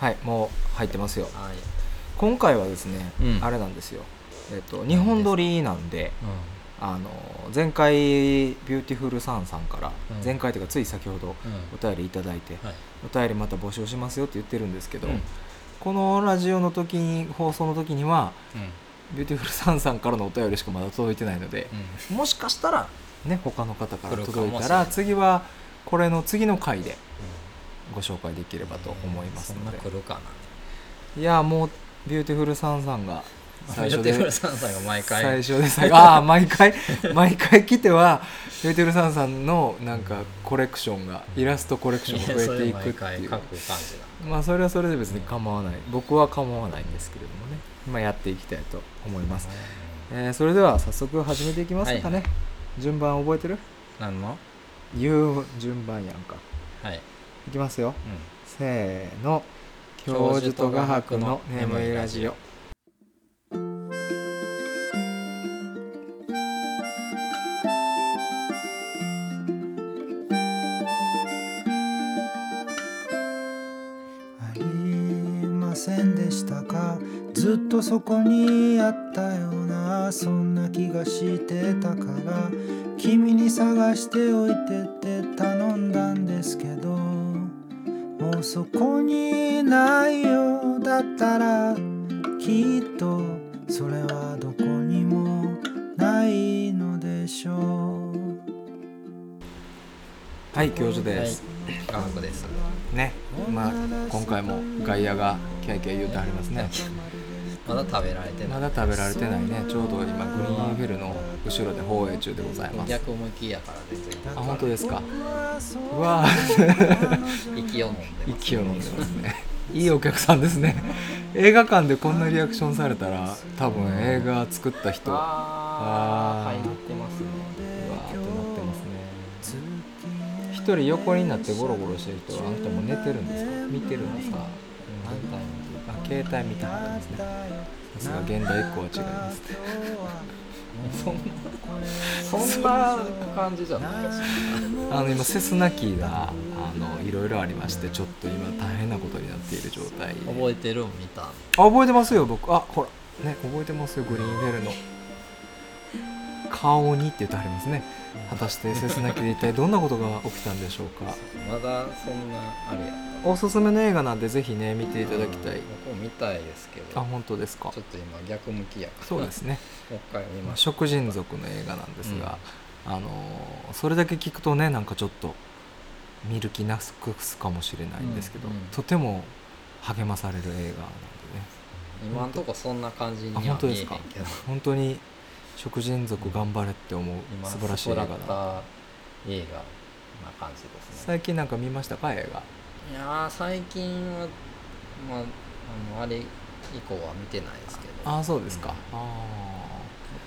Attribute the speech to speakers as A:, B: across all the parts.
A: はいもう入ってますよ
B: はい、
A: 今回はですね、
B: うん
A: あれなんですよえっと日本撮りなんで
B: う
A: あの前回ビューティフルサンさんから、
B: うん
A: 前回というかつい先ほど
B: んうん
A: お便りいただいて、
B: はい
A: お便りまた募集しますよって言ってるんですけど、
B: うん
A: このラジオの時に放送の時には
B: うん
A: ビューティフルサンさんからのお便りしかまだ届いてないので、もしかしたらね他の方から届い
B: 来る
A: た
B: かもしれな
A: ら
B: い
A: 次はこれの次の回で
B: う
A: ご紹介できればと思います
B: そ
A: の
B: んな
A: で、
B: 来るかない
A: やもうビューティフルサンさんが最初
B: 言って
A: で
B: くれたんさんが毎回
A: 最初で最後ああ毎回 毎回来てはビューティフルサンさんのなんかコレクションがイラストコレクションが増えていくって
B: やそれ
A: い
B: 毎回
A: う
B: 書く感じだ
A: まあそれはそれで別に構わない僕は構わないんですけれどもね、まあ、やっていきたいと思います、えーそれでは早速始めていきますかね、
B: はい
A: 順番覚えてる
B: 何の
A: 言う順番やんか
B: はい、
A: いきますよ
B: うん
A: せーの教
B: 教
A: 授
B: 授
A: と
B: と
A: 画
B: 画
A: 伯
B: 伯
A: の
B: の
A: 眠
B: 眠
A: い
B: い
A: ラ
B: ラ
A: ジ
B: ジ
A: オ
B: オ
C: ありませんでしたかずっとそこにあったようなそんな気がしてたから君に探しておいてって頼んだんですけどもうそこにないよだったらきっとそれはどこにもないのでしょう
A: はい教授です、
B: 画伯です
A: ねまあ今回も外野がキャイキャイ言うてありますね
B: まだ食べられてない
A: まだ食べられてないねちょうど今グリーンフェルの後ろで放映中でございます
B: 逆向きやから全然
A: あ本当ですかう
C: う
A: わあ
B: 息を飲んでます
A: 息を飲んでますね いいお客さんですね映画館でこんなリアクションされたら多分映画作った人うわあー
B: はい乗ってますね
A: ーってなってますね一人横になってゴロゴロしてる人はあなたもう寝てるんですか見てるんですか
B: 反対向
A: あ携帯見てはったんですねさすが現代っ子は違いますね
B: そんな感じじゃないです
A: あの今セスナキーがあのいろいろありましてちょっと今大変なことになっている状態で
B: 覚えてるん見た
A: あ覚えてますよ僕あほらね覚えてますよグリーンフェルの顔にって言ってありますね果たしてセスナキーで一体どんなことが起きたんでしょうか
B: まだそんなあれや
A: おすすめの映画なんでぜひね見ていただきたい
B: 僕も見たいですけ
A: あ
B: ど
A: 本当ですか
B: ちょっと今逆向きやから
A: そうですね
B: もう一回見
A: まあ
B: ましょ
A: 食人族の映画なんですが、あのーそれだけ聞くとねなんかちょっと見る気なくすかもしれないんですけど、
B: うんうん
A: とても励まされる映画なんでね
B: う今んとこそんな感じに
A: あ
B: は
A: 本当
B: 見え
A: です
B: へん
A: か
B: けど
A: 本当に食人族頑張れって思う
B: 今
A: 素晴らしい映画
B: そこ
A: だ
B: らった映画な感じですね
A: 最近なんか見ましたか映画
B: いやー最近はまああのあれ以降は見てないですけど
A: ああそうですか、あ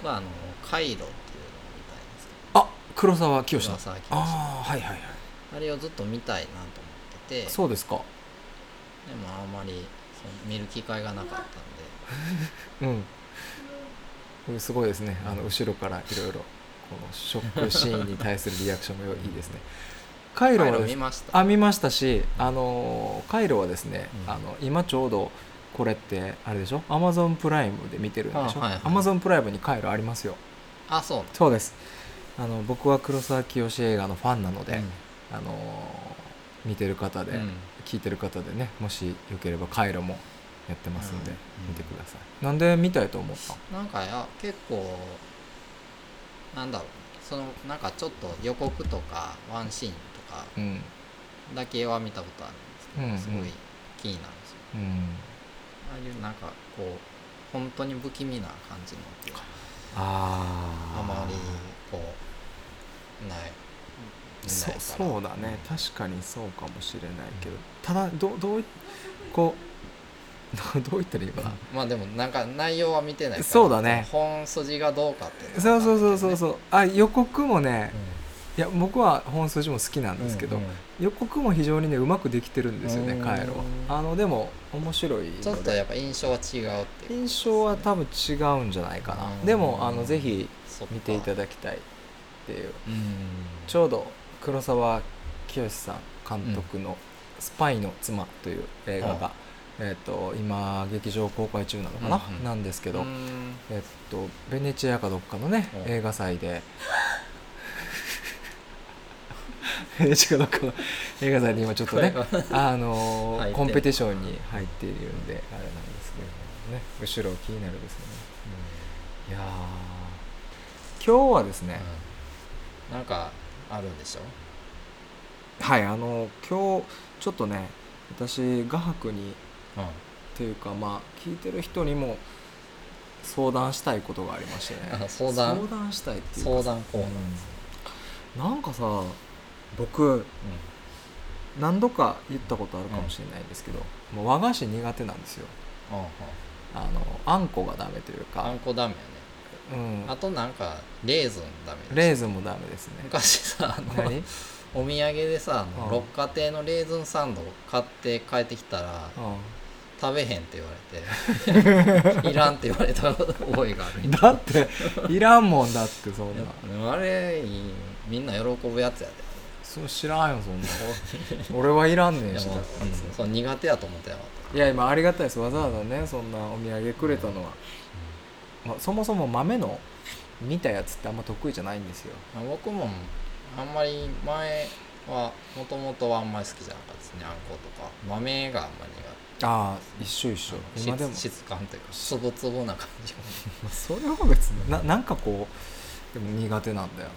B: 僕はあのカイロっていうのを見たいんです
A: ああ黒沢清
B: けど
A: だ
B: 黒沢清あ
A: ああはいはいはい
B: あれをずっと見たいなと思ってて
A: そうですか
B: でもあんまりその見る機会がなかったんで
A: うんうんすごいですねあの後ろからいろいろこのショックシーンに対するリアクションもいい ですねカイロ
B: カイ
A: は
B: ロ
A: で
B: 見
A: す
B: ました
A: あ見ましたしあのーカイロはですね、
B: うん
A: あの今ちょうどこれってあれでしょアマゾンプライムで見てるんでしょ
B: あはいはい
A: アマゾンプライムにカイロありますよ
B: あそうなん
A: そうですあの僕は黒沢清映画のファンなので、あのー見てる方で、
B: うん
A: 聞いてる方でねもしよければカイロもやってますんで、
B: うん
A: 見てくださいなんで見たいと思ったの
B: なんかや結構なんだろうそのなんかちょっと予告とかワンシーンとか
A: うん
B: だけは見たことあるんですけど、
A: うんうん
B: すごい気になるんですよ
A: うん
B: ああいうなんかこう本当に不気味な感じのっていうか
A: あ
B: あまりこうない
A: そ
B: 見ないから
A: そうだね確かにそうかもしれないけどただどどういこう どう言ったらいいかな
B: まあでもなんか内容は見てないから
A: そうだね
B: 本筋がどうかっていの
A: そ
B: は
A: うそうそうそう
B: わ
A: そうあ予告もね
B: かんない
A: いや僕は本筋も好きなんですけ
B: け
A: ど、
B: どね
A: 予告も非常にねうまくできてるんですよね
B: うん
A: カイロはあのでも面白いので
B: ちょっとやっぱ印象は違うっていう
A: 印象は多分違うんじゃないかな
B: うん
A: でもあのぜひ
B: そっか
A: 見ていただきたいっていう
B: うん
A: ちょうど黒沢清さん監督の「スパイの妻」という映画がえっと今劇場公開中なのかな、
B: うんうん
A: なんですけど、
B: うーん
A: えっとベネチアかどっかのね
B: うん
A: 映画祭で ベネチアかどっかの映画祭で今ちょっとね
B: これは
A: あのー
B: 入ってんの
A: コンペティションに入っているんであれなんですけれどもね後ろ気になるですよねいやー今日はですね、
B: うんなんかあるんでしょ
A: はいあの今日ちょっとね私画伯に
B: うん
A: っていうかまあ聞いてる人にも相談したいことがありましてね
B: あ相談
A: 相談したいっていうか
B: 相談コーナー
A: なんかさ僕何度か言ったことあるかもしれないんですけど、もう和菓子苦手なんですよ
B: うんうんうん
A: あのあんこがダメという
B: あ
A: か
B: ん、こダメやね
A: うん、
B: あとなんかレーズンダメでしょ
A: レーズンもダメですね
B: 昔さあの
A: 何
B: お土産でさあの
A: うん
B: 六花亭のレーズンサンド買って帰ってきたら
A: う
B: 食べへんって言われて いらんって言われた覚えがある
A: んだっていらんもんだってそんな
B: でもあれいいみんな喜ぶやつや
A: そう知らんよそ んな俺はいらんね
B: で
A: んし
B: で
A: だ
B: も、
A: って
B: うんそう苦手やと思ってなかっ
A: いや今ありがたいですわざわざねそんなお土産くれたのは、まあ、そもそも豆の見たやつってあんま得意じゃないんですよ
B: た僕もあんまり前はもともとはあんまり好きじゃなかったですねあんことか豆があんまり
A: ああ一緒一緒
B: 苦手
A: 今でも
B: 質質感というかつぶつぶな感じ
A: まあそれは別にななんかこうでも苦手なんだよ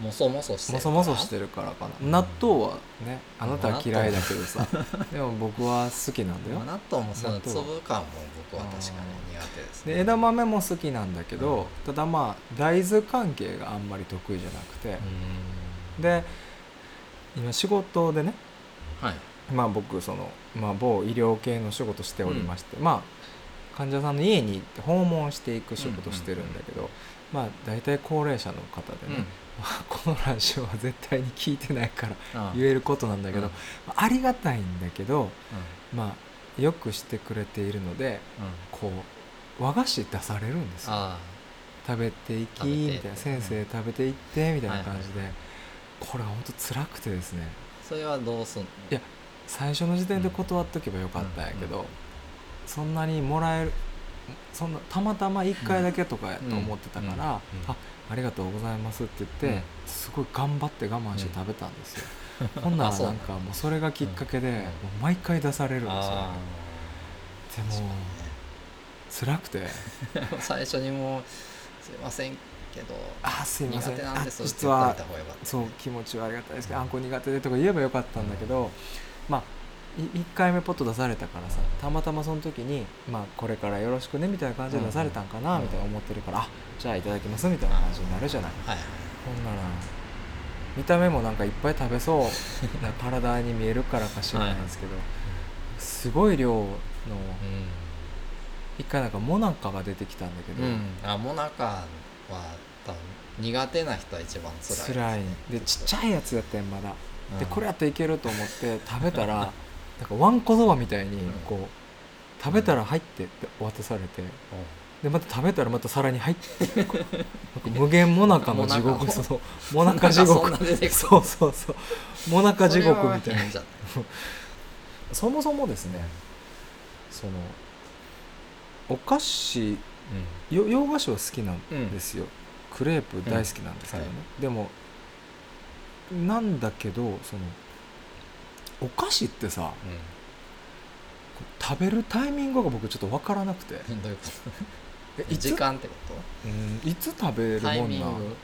B: もそもそして
A: もそもそしてるからかな、
B: うん
A: 納豆はねあなたは嫌いだけどさ でも僕は好きなんだよ
B: まあ納豆もその
A: 納豆
B: 粒感も僕は確かに苦手ですね
A: で枝豆も好きなんだけど、ただまあ大豆関係があんまり得意じゃなくて
B: う、ん
A: で今仕事でね
B: はい
A: まあ、僕その、まあ、某医療系の仕事しておりまして、まあ、患者さんの家に行って訪問していく仕事してるんだけど、まあ、大体高齢者の方でね、まあ このラジオは絶対に聞いてないから
B: ああ
A: 言えることなんだけど、
B: うん
A: まあありがたいんだけど、まあ、よくしてくれているので
B: うんうん
A: こう和菓子出されるんですよ
B: あ
A: 食べていき
B: 食べて
A: みたいな先生食べていってみたいな感じで、これは本当辛くてですね
B: あそれはどうすんの
A: いや最初の時点で断っとけばよかったんやけど、
B: うんうん
A: そんなにもらえるそんなたまたま1回だけとかや
B: うん
A: と思ってたから、
B: うんうん
A: あありがとうございますって言って、
B: うん
A: すごい頑張って我慢して食べたんですよ、 ほんな
B: あ
A: ら
B: そう
A: な
B: なんん
A: かもうそれがきっかけで、もう毎回出されるんですよ
B: あ
A: でも辛くて
B: あ最初にもうすいませんけど
A: 「あすいませ
B: 苦
A: ん
B: 手
A: あ
B: なんですって
A: 実
B: 言っ
A: は
B: といた方がよかった
A: そう気持ちはありがたいですけどあんこ苦手でとか言えばよかったんだけど、まあ1回目ポッと出されたからさたまたまその時に、まあ、これからよろしくねみたいな感じで出されたんかな
B: うん
A: みたいな思ってるから、あじゃあいただきますみたいな感じになるじゃない
B: はい
A: ほんなら見た目もなんかいっぱい食べ そうな体に見えるからかしらないんですけど、すごい量の一回なんかモナカが出てきたんだけ
B: う
A: ど、
B: ん、うん、あモナカは多分苦手な人は一番辛い
A: 辛いでちっちゃいやつやったんまだでこれやったらいけると思って食べたらなんかわんこそばみたいに
B: うん
A: こう食べたら入ってって渡されてでまた食べたらまた皿に入ってなんか無限もなかの地
B: もな
A: 獄
B: か
A: そのもなか地獄
B: そんな出てくる
A: そうそうそうもなか地獄みたいな
B: じゃ
A: そもそもですねそのお菓子よ洋菓子は好きなんですよ、クレープ大好きなんですけどね、
B: うんは
A: でもなんだけどそのお菓子ってさこう食べるタイミングが僕ちょっと分からなくて
B: うん、 どういうこ
A: え
B: と
A: いつ
B: 時間ってこと
A: うんいつ食べるもんな
B: タイミング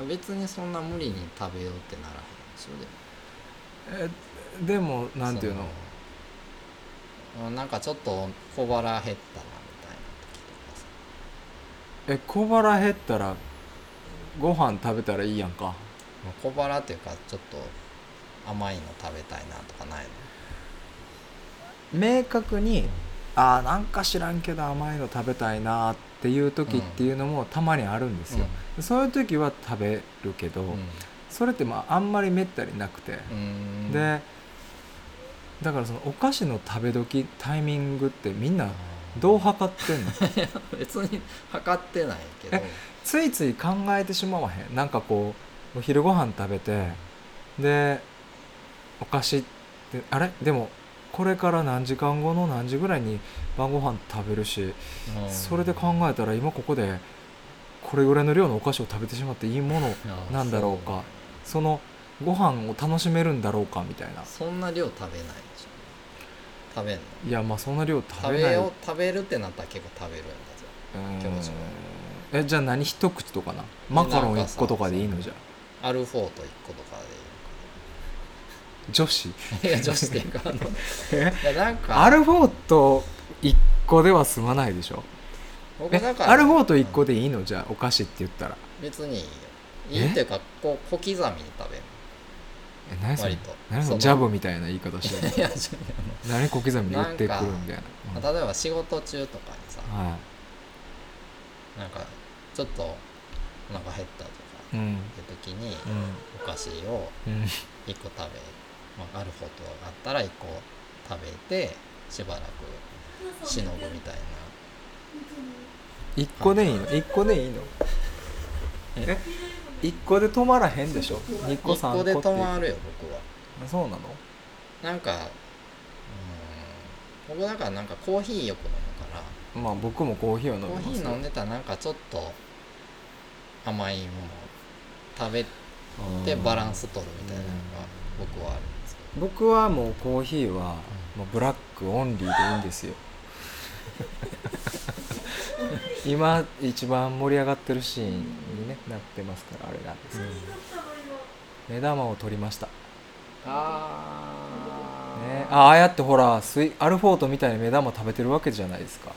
A: うん、
B: 別にそんな無理に食べようってならへんでしょでも
A: えでもなんていうの
B: そのなんかちょっと小腹減ったなみたいな時とかさ
A: え小腹減ったらご飯食べたらいいやんか
B: まあ小腹っていうかちょっと甘いの食べたいなとかないの
A: 明確にあーなんか知らんけど甘いの食べたいなっていう時っていうのもたまにあるんですよ、そういう時は食べるけど、
B: うん
A: それってまああんまりめったになくて、
B: うん
A: でだからそのお菓子の食べ時タイミングってみんなどう測って んの
B: 別に測ってないけど
A: えついつい考えてしまわへんなんかこうお昼ご飯食べてでお菓子ってあれでもこれから何時間後の何時ぐらいに晩ご飯食べるし
B: うん
A: それで考えたら今ここでこれぐらいの量のお菓子を食べてしまっていいもの
B: あー
A: なんだろうかそのご飯を楽しめるんだろうかみたいな
B: そうそんな量食べないでしょ食べんの
A: いやまあそんな量
B: 食
A: 食べな
B: べ
A: い
B: よう食べるってなったら結構食べるんだぞ
A: うん
B: 気持ちも
A: えじゃあ何一口とかなマカロン1個とかでいいのじゃ
B: アルフォート1個とか
A: 女子
B: でいいいや女子っていうかあの
A: え
B: いやなんか
A: アルフォート1個では済まないでしょ
B: 僕
A: え
B: だから
A: アルフォート1個
B: で
A: でいいのじゃあお菓子って言ったら
B: 別にいいよい
A: え
B: いっていうかこう小刻みに食べる
A: え何それ
B: 割と
A: 何そ
B: そ
A: の
B: の
A: ジャブみたいな言い方して る
B: いやちょっと
A: 何小刻みに言ってくるみたいな
B: あの例えば仕事中とかにさ
A: うんは
B: なんかちょっとお腹減ったとか
A: いうん
B: いう時に
A: う
B: お菓子を
A: んうん
B: 1個食べ、まあ、アルフォートがあったら1個食べてしばらくしのぐみたいな
A: 1個でいいの1個でいいのえ1個で止まらへんでしょ2個3個
B: 1個
A: って
B: で
A: いう
B: 止まるよ僕は
A: そうなの
B: なんかうん僕だからなんかコーヒーよく飲むから
A: まあ僕もコーヒーを飲み
B: コ
A: ます
B: ーヒー飲んでたらなんかちょっと甘いもの食べてバランス取るみたいなのが僕はあるんですけど
A: 僕はもうコーヒーはもうブラックオンリーでいいんですよ今一番盛り上がってるシーンに、ね、なってますからあれなんですけど、目玉を取りました、ね、
B: あ
A: あああやってほらスイアルフォートみたいに目玉食べてるわけじゃないですか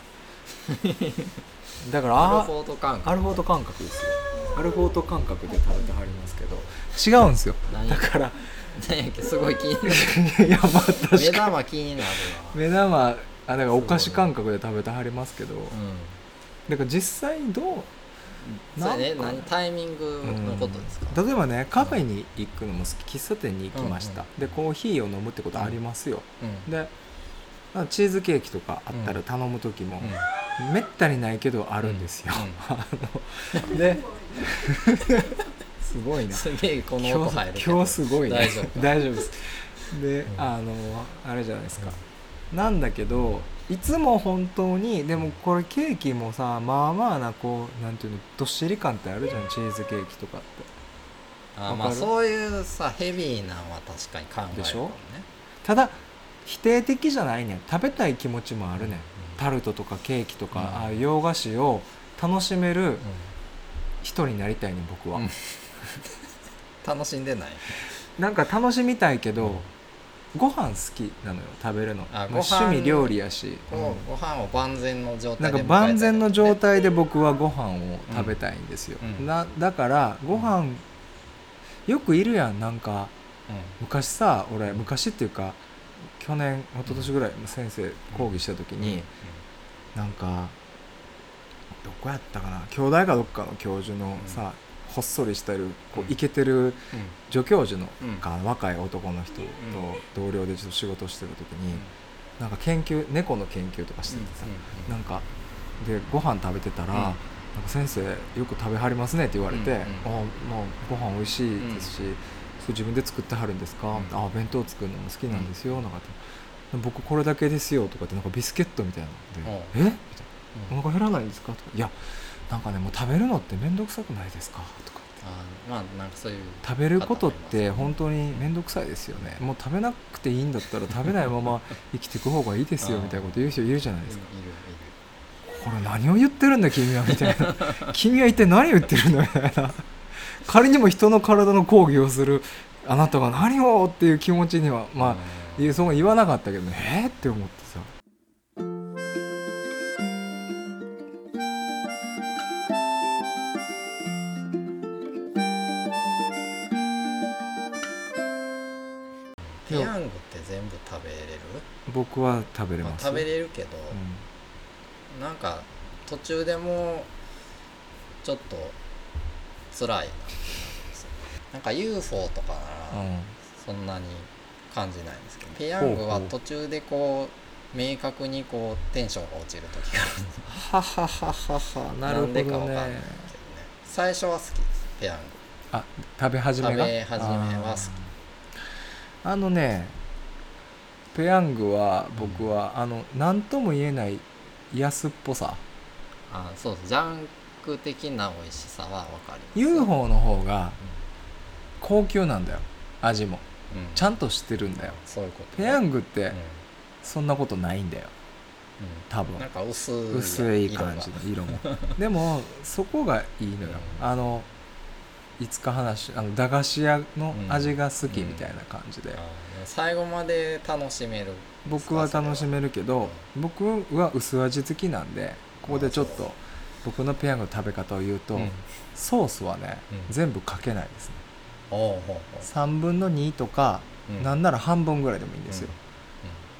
A: だから
B: ア
A: あ
B: ルフォート感
A: アルフォート感覚ですよアルフォート感覚で食べてはりますけど違うんですよ
B: 何
A: だから
B: 何やっけすごい気になる
A: いやまあ確かに
B: 目玉気になるわ
A: 目玉あだからお菓子感覚で食べてはりますけどだから実際にどう
B: うんそれね
A: なん
B: 何
A: か
B: タイミングのことですか
A: うん例えばねカフェに行くのも好き喫茶店に行きました、
B: うん
A: でコーヒーを飲むってことありますよ、
B: うん
A: でまあチーズケーキとかあったら頼む時も、
B: うん
A: めったにないけどあるんですよ、
B: う
A: あので すごいな
B: すげえこの
A: 今
B: 音
A: 日
B: 入るけど
A: 今日すごいね
B: 大丈夫
A: 大丈夫ですで、
B: うん
A: あのあれじゃないですか、なんだけどいつも本当にでもこれケーキもさまあまあなこうなんていうのどっしり感ってあるじゃんチーズケーキとかって
B: あー
A: わか
B: まあ
A: る
B: そういうさヘビーなんは確かに考えるかもね
A: でしょただ否定的じゃないねん食べたい気持ちもあるねん、タルトとかケーキとか、
B: うん
A: ああいう洋菓子を楽しめる
B: うん
A: 人になりたいねん僕は、
B: うん楽しんでない
A: なんか楽しみたいけど、
B: うん
A: ご飯好きなのよ食べるの、
B: あ
A: まあ
B: ご飯
A: 趣味料理やし、
B: ごご飯を万全の状
A: な
B: 態
A: んか
B: で迎えたい
A: 万全の状態で僕はご飯を食べたいんですよ、
B: うん
A: なだからご飯よくいるやんなんか昔さ俺昔っていうか去年一昨年ぐらい先生講義した時に、なんかどこやったかな兄弟かどっかの教授のさ、ほっそりしてるこ
B: うん
A: うイケてる
B: うん
A: 助教授の
B: うん
A: か若い男の人と同僚でちょっと仕事してる時に、なんか研究猫の研究とかしててさ、
B: うん
A: なんかでご飯食べてたら、
B: うん
A: なんか先生よく食べはりますねって言われて、
B: うんうん
A: あまあご飯美味しいですし、そう自分で作ってはるんですか、
B: うん
A: あ弁当作るのも好きなんですよ、なんかって僕これだけですよとかってなんかビスケットみたいなので、えみたい
B: うん
A: なお腹減らないんですかとかいやなんかねもう食べるのって面倒くさくないですかとか
B: あーまあなんかそういう
A: 食べることって本当に面倒くさいですよねもう食べなくていいんだったら食べないまま生きていく方がいいですよみたいなこと言う人いるじゃない
B: い
A: で
B: る
A: す
B: い
A: か
B: る
A: これ何を言ってるんだ君はみたいな君は一体何を言ってるんだみたいな仮にも人の体の抗議をするあなたが何をっていう気持ちにはまあ
B: うん
A: いうその言わなかったけどねえーって思ってさ
B: ペヤングって全部食べれる
A: 僕は食べれ
B: まあ
A: ます、
B: 食べれるけどなんか途中でもうちょっと辛いなってなるんですよなんか UFO とかな
A: うん、
B: ら
A: うん
B: そんなに感じないんですけどペヤングは途中でこう明確にこうテンションが落ちる時があるんです
A: はははははなる
B: な
A: ほ
B: んでかわ
A: ど
B: かんないけど
A: ね
B: ね最初は好きですペヤング
A: あ食べ始め
B: 食
A: が
B: べ始めは
A: あ
B: 好き
A: ーあのねペヤングは僕は、あの何とも言えない安っぽさ
B: あそうそうジャンク的な美味しさはわかります
A: UFO の方が高級なんだよ味も
B: うん
A: ちゃんとしてるんだよ
B: そういうこと
A: ペヤ
B: グ
A: ングってそんなことないんだよ多分
B: なんか薄い
A: 薄い感じの色もでもそこがいいのよ、
B: うん
A: あのいつか話あの駄菓子屋の味が好きみたいな感じで、
B: 色があー最後まで楽しめる
A: 僕は楽しめるけど僕は薄味好きなんでここでちょっと僕のペヤングの食べ方を言うと、
B: うんうん
A: ソースはね、
B: うん
A: 全部かけないですね
B: おうほうほ
A: 3分の2とか、
B: ううん
A: なんなら半分ぐらいでもいいんですよ、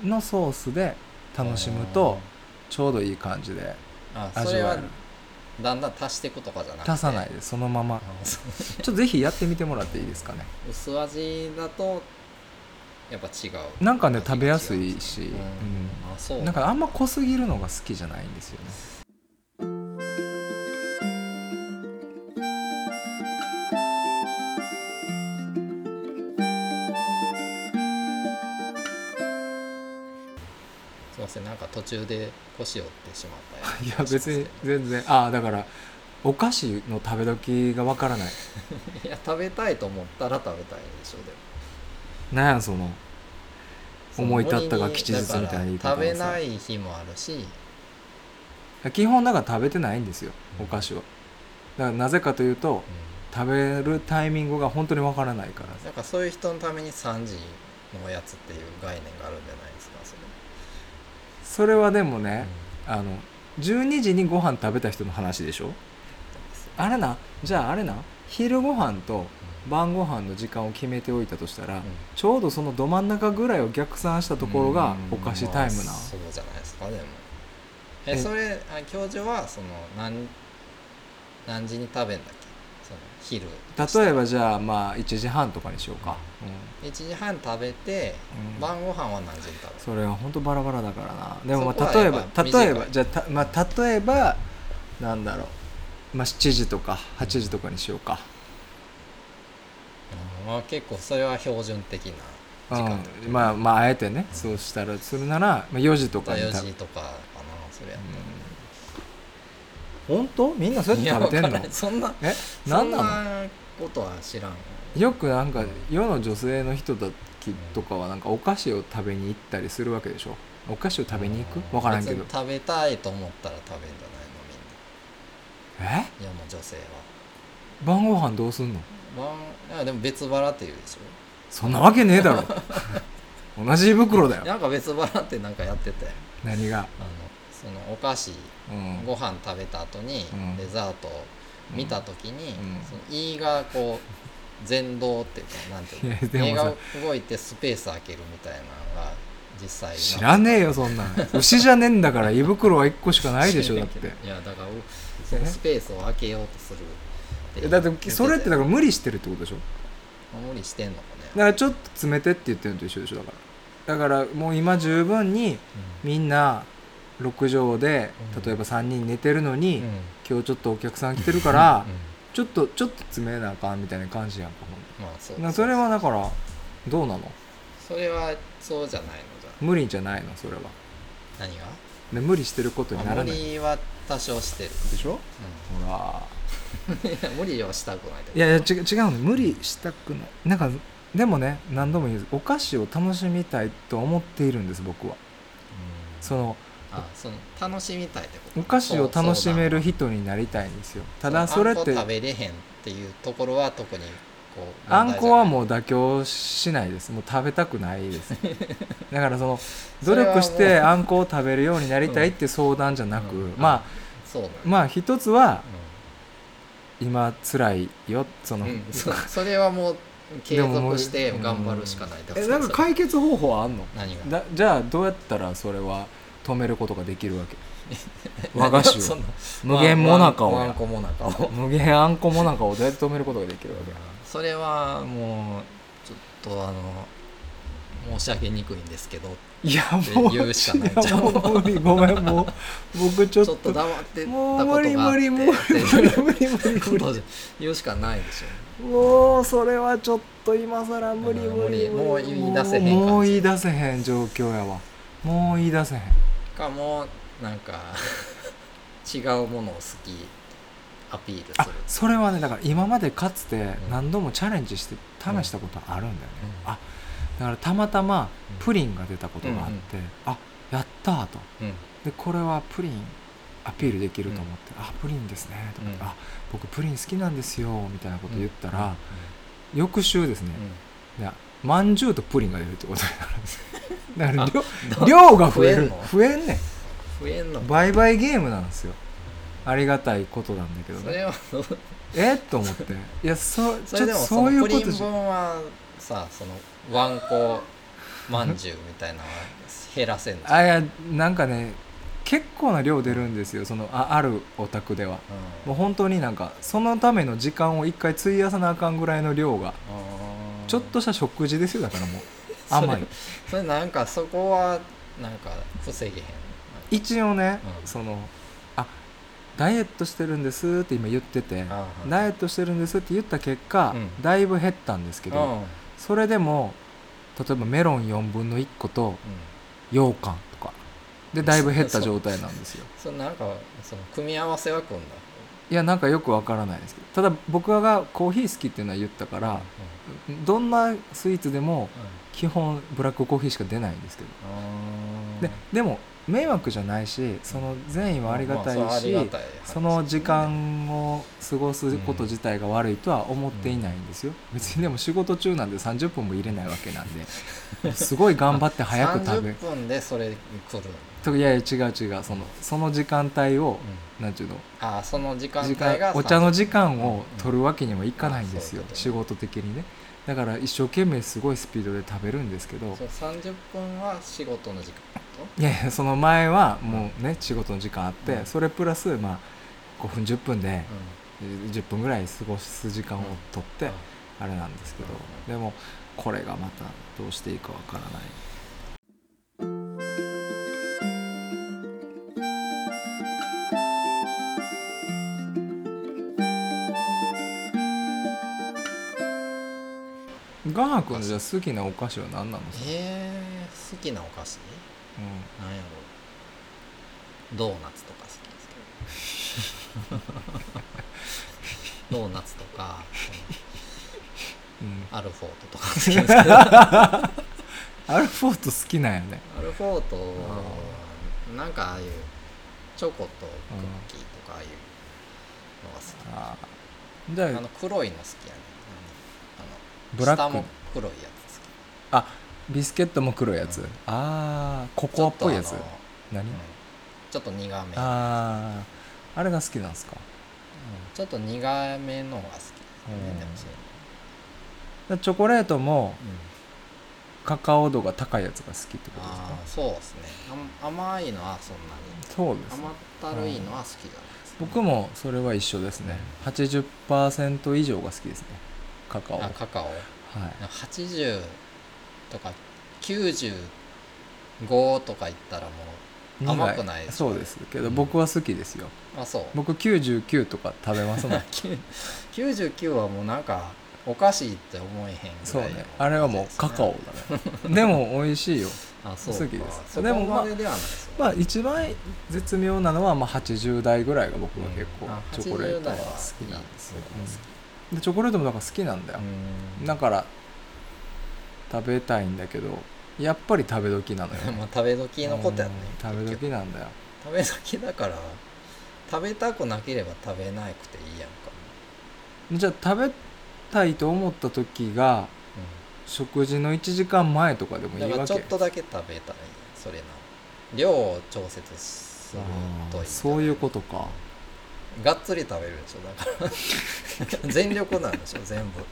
A: のソースで楽しむとちょうどいい感じで
B: あーあそ
A: 味
B: れ
A: わえ
B: は
A: る
B: だんだん足していくとかじゃなくて
A: 足さないでそのまま
B: あーそう
A: ちょっとぜひやってみてもらっていいですかね
B: 薄味だとやっぱ違う
A: なんかね食べやすいし、
B: うんあそう
A: うんなんかあんま濃すぎるのが好きじゃないんですよね
B: すいませんなんか途中で腰折ってしまったよ う
A: い
B: な
A: や
B: 気がします
A: 別 に全然ああだからお菓子の食べ時がわからない
B: けどいや食べたいと思ったら食べたいでしょでも
A: なんやその
B: その
A: 思い立ったが吉日みたいな言い方を
B: 無理にだから
A: さ
B: 食べない日もあるし
A: 基本だから食べてないんですよ
B: う
A: お
B: ん
A: 菓子はだからなぜかというと食べるタイミングが本当にわからないから
B: なんかそういう人のために3時のおやつっていう概念があるんじゃないですかそれ
A: それはでも
B: う
A: ね
B: ん、
A: あの12時にご飯食べた人の話でしょあれなじゃああれな昼ご飯と晩ご飯の時間を決めておいたとしたら、
B: うん
A: ちょうどそのど真ん中ぐらいを逆算したところがお菓子タイム
B: ま
A: な
B: あそうじゃないですかでも
A: え
B: えそれあ教授はその何何時に食べんだっけその昼
A: 例えばじゃあまあ1時半とかにしようか、う
B: 1時半食べて、
A: うん
B: 晩ご飯は何時に食べる
A: んそれは本当バラバラだからなでも
B: そこ
A: まあ
B: は
A: 例え
B: や
A: ば
B: っぱ短い
A: 例えばじゃあた、まあ、例えばなんだろう、まあ、7時とか8時とかにしようか、
B: うんまあ、結構それは標準的な
A: う
B: 時間ってこと
A: ん、まあまああえてねそうしたらするなら、まあ、4時とかに
B: 4
A: 食べ
B: 時とかかなそれやったら
A: うん本当みんなそうやって食べてん
B: いやわから
A: の
B: ないそんな
A: え
B: そ
A: 何
B: ん
A: なの
B: なことは知らんよ
A: よくなんか世の女性の人たちとかはなんかお菓子を食べに行ったりするわけでしょお菓子を食べに行くわからんけど
B: 別に食べたいと思ったら食べるんじゃないのみんな
A: え
B: いやもう女性は
A: 晩ご飯どうすんの
B: 晩いやでも別腹って言うでしょ
A: そんなわけねえ だろ同じ胃袋だよ
B: なんか別腹ってなんかやってて
A: 何が
B: あのそのお菓子
A: うん
B: ご飯食べた後に
A: うん
B: デザートを見た時に、
A: うん
B: その胃がこう全動っていうかなんていう
A: いやでも
B: の胃が
A: さ
B: 動いてスペース開けるみたいなのが実際
A: 知らねえよそんなん牛じゃねえんだから胃袋は1個しかないでしょだっ
B: 知
A: て
B: らんけどいやだからおそのスペースを開けようとする
A: えだってそれってだから無理してるってことでしょ
B: 無理してんのか
A: だ
B: ね
A: からちょっと詰めてって言ってるのと一緒でしょだからだからもう今十分にみんな6畳で
B: うん
A: 例えば3人寝てるのに、
B: うんうん
A: 今日ちょっとお客さん来てるから
B: うん
A: ちょっとちょっと詰めなあかんみたいな感じやんかほんと
B: まあそう
A: なそれはだからどうなの
B: それはそうじゃないのじゃ
A: 無理じゃないのそれは
B: あ何が
A: で無理してることにな
B: まあ
A: ら
B: 無
A: ないで
B: 理は多少してる、
A: しょほら
B: うんいや無理はしたくないってこと
A: いやいや違う違うの無理したくないなんかでもね何度も言うお菓子を楽しみたいと思っているんです僕は
B: うん
A: その
B: あその楽しみたいってこと
A: お菓子を楽しめる
B: そう
A: 人になりたいんですよた
B: そう
A: だそれって
B: あんこ食べれへんっていうところは特にこう
A: あんこは
B: う
A: もう妥協しないですもう食べたくない ですだからその努力してあんこを食べるようになりたいっていう相談じゃなく、
B: うん
A: ま
B: そうなん
A: あまあ一つは今辛いよその、
B: うん、うんそそれはもう継
A: でももう
B: 続して頑張るしかないってこと
A: えなんか解決方法はあんの
B: 何が
A: だじゃあどうやったらそれは止めることができる わけ和菓子
B: そ
A: を
B: んな
A: 無限もなかを
B: ワンワ
A: や
B: ンコモナカを
A: 無限あんこもなかをどうやって止めることができるわけ
B: それはもうちょっとあの申し上げにくいんですけど
A: いやもう
B: 言うしかないじゃん
A: やもう無理ごめんもう僕ちょっ
B: ち
A: と
B: ょっと黙ってた
A: も
B: こ
A: う
B: とがあ
A: 無
B: って
A: 理無理もう無理無理無理
B: って
A: 無
B: こ
A: 理
B: とで言うしかないでしょ
A: もうそれはちょっと今更無理
B: うん
A: 無理
B: もう
A: 無理
B: もう言い出せへん感じ
A: もうもう言い出せへん状況やわもう言い出せへん
B: かもうなんか違うものを好きアピール
A: あ
B: する
A: それはねだから今までかつて
B: うん
A: 何度もチャレンジして試したことあるんだよね、
B: うん
A: あだからたまたま
B: うん
A: プリンが出たことがあって、あやったーと
B: うん
A: でこれはプリンアピールできると思って、あプリンですねとか、
B: うん
A: あ僕プリン好きなんですよみたいなこと言った
B: うん
A: ら、翌週ですね、いやまんじゅうとプリンが出るってことになるんですよだから量量が増える増えんね
B: 増えんの
A: ん売買ゲームなんですよありがたいことなんだけど
B: そ
A: ね
B: れは
A: えっと思っていやそ
B: そ
A: ちょ
B: れ
A: っ
B: で
A: と
B: も
A: そ
B: そう
A: い
B: の
A: う
B: プ
A: こ
B: リン
A: とじゃ
B: 本はさそのワンコまんじゅうみたいなのは減らせんの
A: あいやなんかね結構な量出るんですよそのああるお宅では
B: う
A: も
B: ん
A: う本当になんかそのための時間を一回費やさなあかんぐらいの量が
B: あー
A: ちょっとした食事ですよだからもう
B: それ
A: 甘い
B: それなんかそこはなんか防げへん
A: 一応ね、
B: うん
A: そのあダイエットしてるんですって今言ってて
B: あー
A: ダイエットしてるんですって言った結果、
B: うん
A: だいぶ減ったんですけ
B: うん
A: ど、それでも例えばメロン4分の1個と
B: うん
A: 羊羹とかでだいぶ減った状態なんですよ
B: それなんかその組み合わせはくんだ
A: いやなんかよくわからないですけどただ僕がコーヒー好きっていうのは言ったからどんなスイーツでも基本ブラックコーヒーしか出ないんですけど
B: うん
A: ででも迷惑じゃないしその善意はありがたい
B: まあそ
A: し、
B: れはありがたい話ですね
A: その時間を過ごすこと自体が悪いとは思っていないんですよ、別にでも仕事中なんで30分も入れないわけなんですごい頑張って早 く食べ
B: 30分でそれ来る、
A: といやいや違う違うそのその時間帯を、なんていうの
B: ああその時間帯
A: 時間
B: が
A: お茶の時
B: 30
A: 間
B: 分
A: を取るわけにもいかないんですよ、
B: うんあそ
A: 仕
B: ういう
A: 事的にねだから一生懸命すごいスピードで食べるんですけど
B: そう30分は仕事の時間
A: いやいやその前はもうね仕事の時間あって、
B: うん
A: それプラスまあ5分10分で
B: と、
A: 10分ぐらい過ごす時間を取って、
B: うん
A: あれなんですけど、
B: う
A: でもこれがまたどうしていいかわからないガー君のじゃあ好きなお菓子は何なの、
B: えー、好きなお菓子
A: う
B: なんやろドーナツとか好きですけ どドーナツとか
A: んうん、
B: アルフォートとか好きですけどア
A: アルフォート好きなんやね
B: ルフォートはなんかああいうチョコとクッキーとかああいうのが好き
A: あーじゃ
B: あ
A: あ
B: の黒いの好きやねあの
A: ブラ
B: 下
A: ッ
B: も
A: ク
B: 黒いやつ好き
A: あビスケットも黒いやつ、
B: うん
A: ああココアっぽいやつ
B: ちょっと
A: 何、
B: あのうんちょっと苦めうん
A: あああれが好きなんですか
B: ちょっと苦めのが好きですね
A: うん
B: でもそれ
A: でチョコレートも
B: うん
A: カカオ度が高いやつが好きってことです
B: あ
A: か
B: あそうですねあん甘いのはそんなに
A: そうですね
B: 甘ったるいのは好きじゃないです、ね、
A: 僕もそれは一緒ですね80%以上が好きですねカカオは
B: あ
A: い
B: カカオ80とか95とかいったらも
A: 苦
B: 甘くないですね
A: そうですけ
B: う
A: ど
B: ん
A: 僕は好きですよ
B: うあそう
A: 僕99とか食べます もん
B: 99はもうなんかおかしいって思えへんぐらいの
A: そうねあれはもうカカオだねでも美味しいよ
B: あそう
A: 好
B: か
A: きです
B: そこ
A: でもまあ
B: までではないですよね
A: まあ一番絶妙なのはまあ80代ぐらいが僕は結構
B: うんあ
A: チョコレートは
B: 80
A: 好
B: 代は
A: きなんですよ
B: いいですね
A: うんでチョコレートもだから好きなんだよ
B: うん
A: だから食べたいんだけどやっぱり食べ時なのよ
B: まあ食べ時のことやね
A: うん食べ
B: 結
A: 時
B: 局
A: なんだよ
B: 食べ時だから食べたくなければ食べなくていいやんか、
A: じゃあ食べたいと思った時が食事の1時間前とかでもいい
B: だから
A: わ
B: ち
A: け
B: ょっとだけ食べたらいいそれな量を調節するといい
A: あ
B: ん
A: ー
B: じゃな
A: そういうことか
B: がっつり食べるでしょだから 全力なんでしょ全 部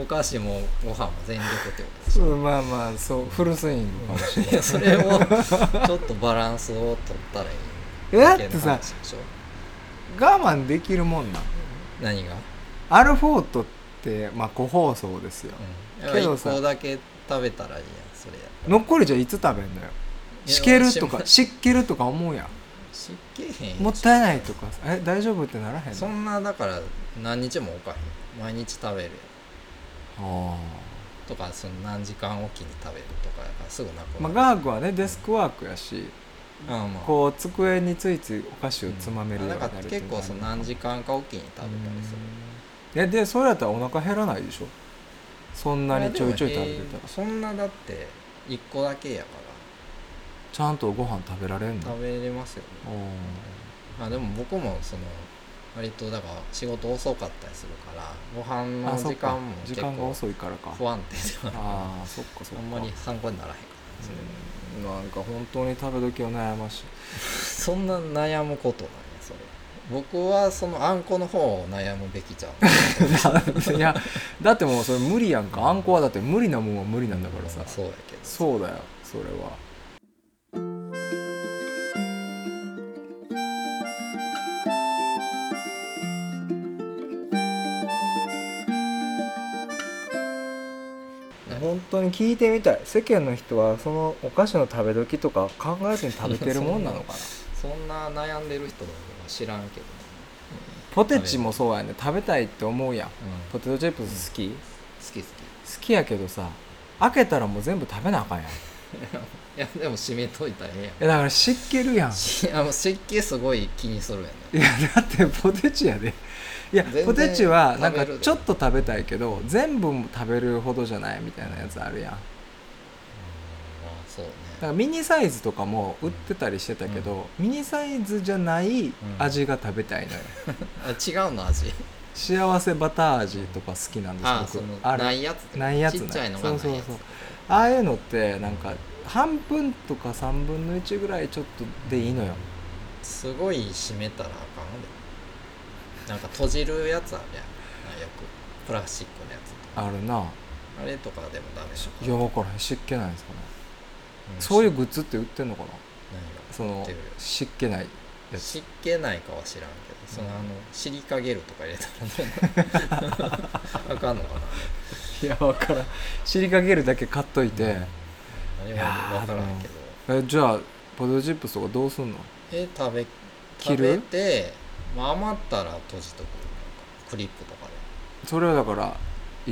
B: お菓子もご飯も全力ってことでしょ
A: まあまあそうフルスイングかもしれ
B: いやそれをちょっとバランスを取ったらいい
A: ないだ
B: だけ
A: っ
B: の
A: てさ
B: 話でしょ
A: 我慢できるもんなん
B: 何が
A: アルフォートってまあ個包装ですよ
B: うん、
A: け
B: け
A: ど
B: ど
A: さ
B: 1個だけ食べたらいいやんそれや
A: 残りじゃいつ食べんのよしけるとか
B: し
A: しっけるとか思うや
B: しっけへん
A: んもったいないとかえ大丈夫ってならへん
B: そ
A: の
B: んなだから何日も置かへん毎日食べるやん
A: あ
B: とかその何時間おきに食べるとかやからすぐなく
A: ーま
B: な
A: あ
B: る、
A: ガーグはねデスクワークやし
B: あまあ
A: こう机についついお菓子をつまめるよう
B: な
A: に
B: ん
A: な
B: か
A: るってい
B: 結
A: うのが
B: 構
A: ある
B: その何時間かおきに食べたりする
A: えでそれやったらお腹減らないでしょそんなにちょいちょい食べてたら
B: えーそんなだって1個だけやか
A: ちゃんとご飯食べられん
B: ら
A: の
B: 食べれますよね
A: おー
B: あでも僕もその割とだから仕事遅かったりするからご飯の
A: あそっ
B: 時
A: か
B: 間も
A: 時
B: 結
A: 間が
B: 構
A: 遅いからか
B: 不安定ではあ
A: ああそっかそっか
B: んまり参考にならへんからそれも
A: うんなんか本当に食べ時を悩ましい
B: そんな悩むことなんやそれ僕はそのあんこの方を悩むべきじゃん
A: い やだってもうそれ無理やんかあんこはだって無理なもんは無理なんだから さ
B: そうやけど
A: そうだよそれは本当に聞いてみたい世間の人はそのお菓子の食べ時とか考えずに食べてるもんなのかな
B: そんな悩んでる人の方が知らんけどね、
A: ポテチもそうやね食べたいって思うやんポテトチップス好き、好
B: 好き好き
A: きやけどさ開けたらもう全部食べなあかんやんい
B: いやでも締めといたらええやん
A: やだから湿気るやん
B: し あの湿気すごい気にするやん
A: いやだってポテチやでいや
B: 全然
A: ポテチはなんか
B: 食べるで
A: ちょっと食べたいけど全部食べるほどじゃないみたいなやつあるやんだ
B: まあそうね
A: からミニサイズとかも売ってたりしてたけど、ミニサイズじゃない味が食べたい のよ、
B: あ違うの味
A: 幸せバター味とか好きなんです
B: あそ
A: 僕
B: の
A: あれ
B: ないやつってこと
A: ないやつ
B: ちっちゃいのがないやつ
A: そうそうそうああいうのってなんか半分とか3分の1ぐらいちょっとでいいのよ
B: すごい締めたらあかんでなんか閉じるやつあるやんよくプラスチックのや
A: あ
B: つ
A: るな
B: あれとかでもダメでしょ
A: いや分からへん湿気ないんですかね
B: ん
A: そういうグッズって売ってんのかな
B: 何が
A: その
B: 売ってるよ
A: 湿気ないやつ
B: 湿気ないかは知らんけどそのあの尻かげるとか入れた らどうなる あかんのかない
A: や分からん尻かけるだけ買っといて、
B: あれは分からんけど
A: えじゃあポテトチップスとかどうすんの
B: え食べ
A: 切
B: 食
A: る
B: べて、まあ、余ったら閉じとくなんかクリップとかで
A: それはだから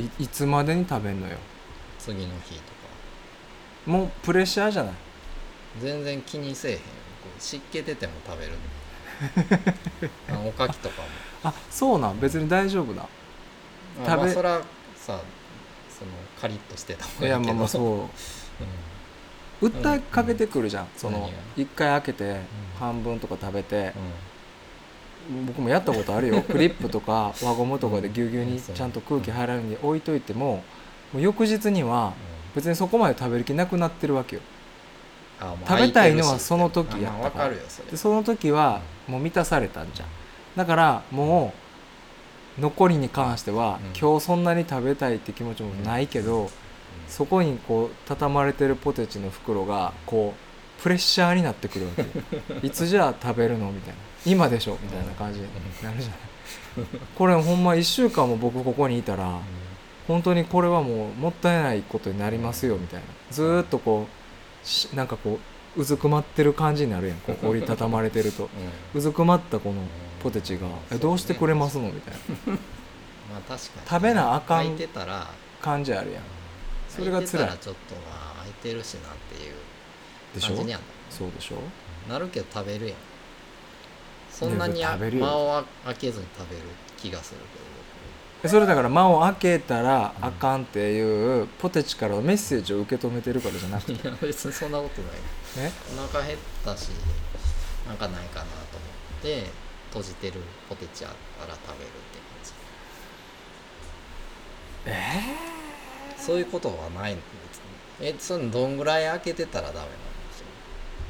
A: いいつまでに食べんのよ
B: 次の日とか
A: もうプレッシャーじゃない
B: 全然気にせえへんこう湿気出ても食べる あのおかきとかも
A: あそうなん別に大丈夫だ食
B: ま
A: べ
B: あ、まあそらさそのカリッとしてた方
A: い
B: がいい
A: やま
B: けど
A: あまあ
B: うん、
A: そう訴えかけてくるじゃん、そ
B: 何
A: の
B: が
A: 一回開けて
B: ん
A: 半分とか食べて、
B: うん
A: 僕もやったことある よクリップとか輪ゴムとかでぎゅうぎゅう
B: う
A: に
B: んそう
A: ちゃんと空気入らないように置いといてももう翌日には別にそこまで食べる気なくなってるわけよ
B: あもう
A: 食べたいのはその時や
B: あ
A: っ
B: まあ
A: た
B: わ
A: から
B: かるよそれ
A: でその時はもう満たされたんじゃんだからもう残りに関しては、
B: うん
A: 今日そんなに食べたいって気持ちもないけど、そこにこう畳まれてるポテチの袋がこうプレッシャーになってくるわけよ いつじゃあ食べるのみたいな今でしょみたいな 感じになるじゃないこれほんま1週間も僕ここにいたら本当にこれはもうもったいないことになりますよみたいなずーっとこうしなんかこううずくまってる感じになるやんこう折りたたまれてると
B: うんうん
A: うずくまったこのポテチ が「えどうしてくれますの?」みたいな
B: まあ確かに
A: 食べなあかん
B: 空いてたら
A: 感じあ るやんそれが
B: 空いてた
A: 辛
B: ら
A: い
B: ちょっとまあ空いてるしなっていう
A: でし
B: 感
A: ょ
B: じには
A: そうでしょ
B: なるけど食べるやんそんなにあ
A: 食べるよ
B: 間を空けずに食べる気がする
A: それだから間を開けたらあかんっていうポテチからのメッセージを受け止めてるからじゃなく
B: け
A: て
B: ど僕いや別にそんなことない
A: え
B: お腹減ったしなんかないかなと思って閉じてるポテチあったら食べるって感じそういうことはないの別にえそのどんぐらい開けてたらダメなのその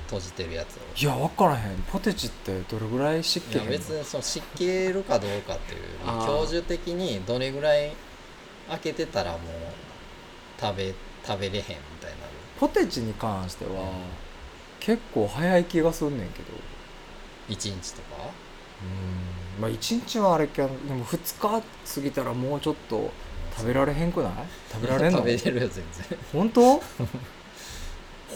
B: 閉じてるやつを
A: いや分からへんポテチってどれぐらい湿
B: い
A: 気
B: や
A: へんの
B: 別にその湿気るかどうかっていうより
A: あー
B: 教授的にどれぐらい開けてたらもう食べ食べれへんみたいになる
A: ポテチに関しては結構早い気がすんねんけど
B: 1日とか
A: うんまあ1日はあれけどでも2日過ぎたらもうちょっと食べられへんくない食べられんの
B: 食べれるよ全然
A: 本当
B: ま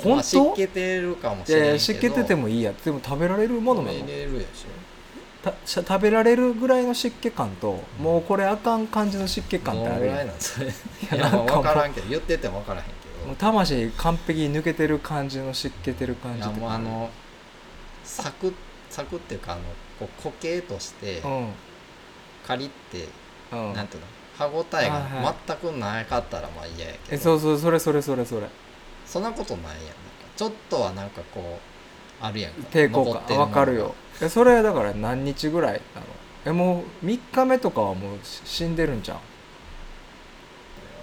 A: 本
B: あ、湿
A: 当
B: 気てるかも
A: い
B: しれ
A: やい
B: ない
A: や湿気ててもいいやでも食べられるものなの
B: 食べれるでしょ
A: たしゃ食べられるぐらいの湿気感と、
B: うん
A: もうこれあかん感じの湿気感ってあ
B: ど
A: る
B: の
A: や
B: ぐら
A: ん
B: いなんそれい
A: や
B: や
A: なんかもう
B: 分からんけど言ってても分からへんけ
A: もう魂完璧に抜けてる感じの湿気てる
B: ど
A: 感
B: い
A: じ
B: や
A: とか
B: もうあのサクッサクッっていうかあのこう固形としてカリって、
A: うんうん
B: なんていうの歯ごたえ
A: はいは
B: が全くなかったらまあ嫌やけ
A: え
B: ど
A: そうそうそれそれそれそれ
B: そんなことないやんなんかちょっとはなんかこうあるやんか
A: 抵抗
B: 残って
A: 感
B: るも
A: わ
B: のが
A: かるよえそれだから何日ぐらいなのえもう3日目とかはもうし死んでるんじゃん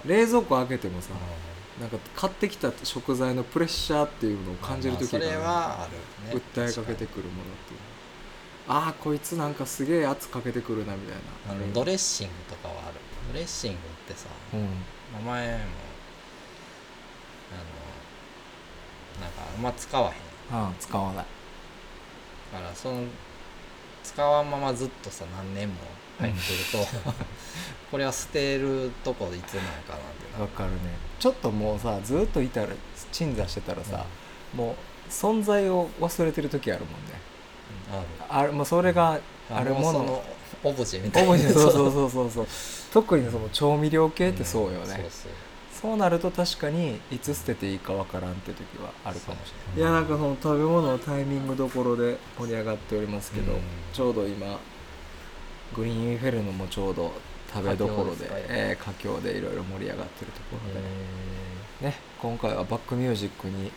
A: 冷蔵庫開けてもさ、なんか買ってきた食材のプレッシャーっていうのを感じる時
B: まあ
A: が
B: それはあるね
A: 訴えかけてくるものっていうのはああこいつなんかすげえ圧かけてくるなみたい
B: あ
A: な
B: のドレッシングとかはあるドレッシングってさ
A: うん
B: 名前もあのなんかあんま使わへん
A: ああ使わない
B: だからその使わんままずっとさ何年も入ってると、 これは捨てるとこいつなのかなってな
A: わかるねちょっともうさずーっといたら鎮座してたらさ、もう存在を忘れてる時あるもんね
B: うんあ
A: あ
B: る
A: れもうそれがあ
B: あ
A: る
B: れ
A: も
B: も
A: の
B: そ
A: の
B: のオブジェみたいな
A: 主に そうそうそうそうそう特にその調味料系ってそうよね、
B: ん
A: そう
B: そう
A: なると確かにいつ捨てていいかわからんって時はあるかもしれないいやなんかその食べ物のタイミングどころで盛り上がっておりますけど、
B: うん
A: ちょうど今グリーンインフェルノもちょうど食べどころ
B: 佳
A: で
B: 境で
A: す
B: か
A: えー佳境でいろいろ盛り上がってるところで、
B: う
A: ね、今回はバックミュージックにい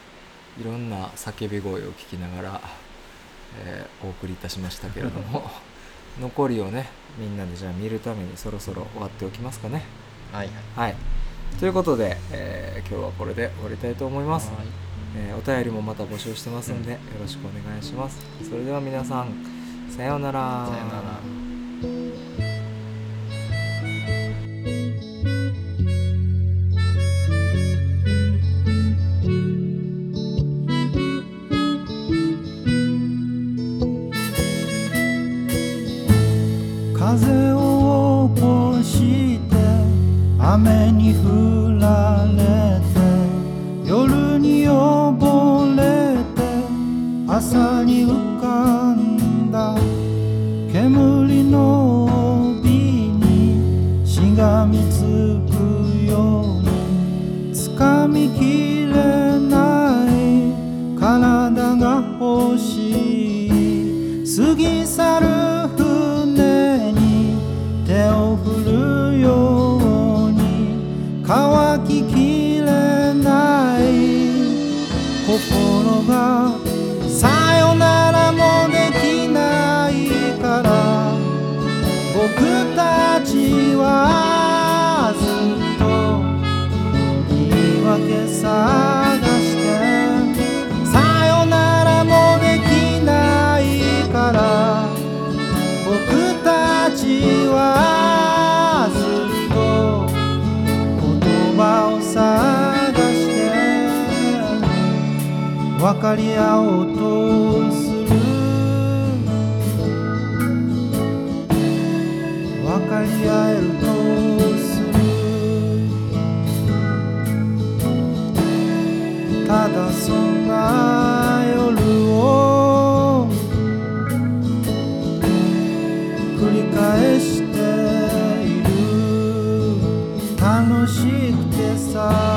A: ろんな叫び声を聞きながら、えーお送りいたしましたけれど も残りをねみんなでじゃあ見るためにそろそろ終わっておきますかね。
B: んはいはい
A: はい、ということで、えー今日はこれで終わりたいと思います、
B: はい
A: えーお便りもまた募集してますんでよろしくお願いします。それでは皆さんさようなら。
B: さよなら
C: 風を起こして雨に降られて夜に溺れて朝に浮かんだ煙の帯にしがみつくように掴みきれない体が欲しい過ぎ去る船に手を振るように乾ききれない心がさよならもできないから僕たちはずっと言い訳探してさよならもできないから僕たちはずっと言葉を探して分かり合おうとする分かり合えるとするただそんな夜を繰り返している楽しくてさ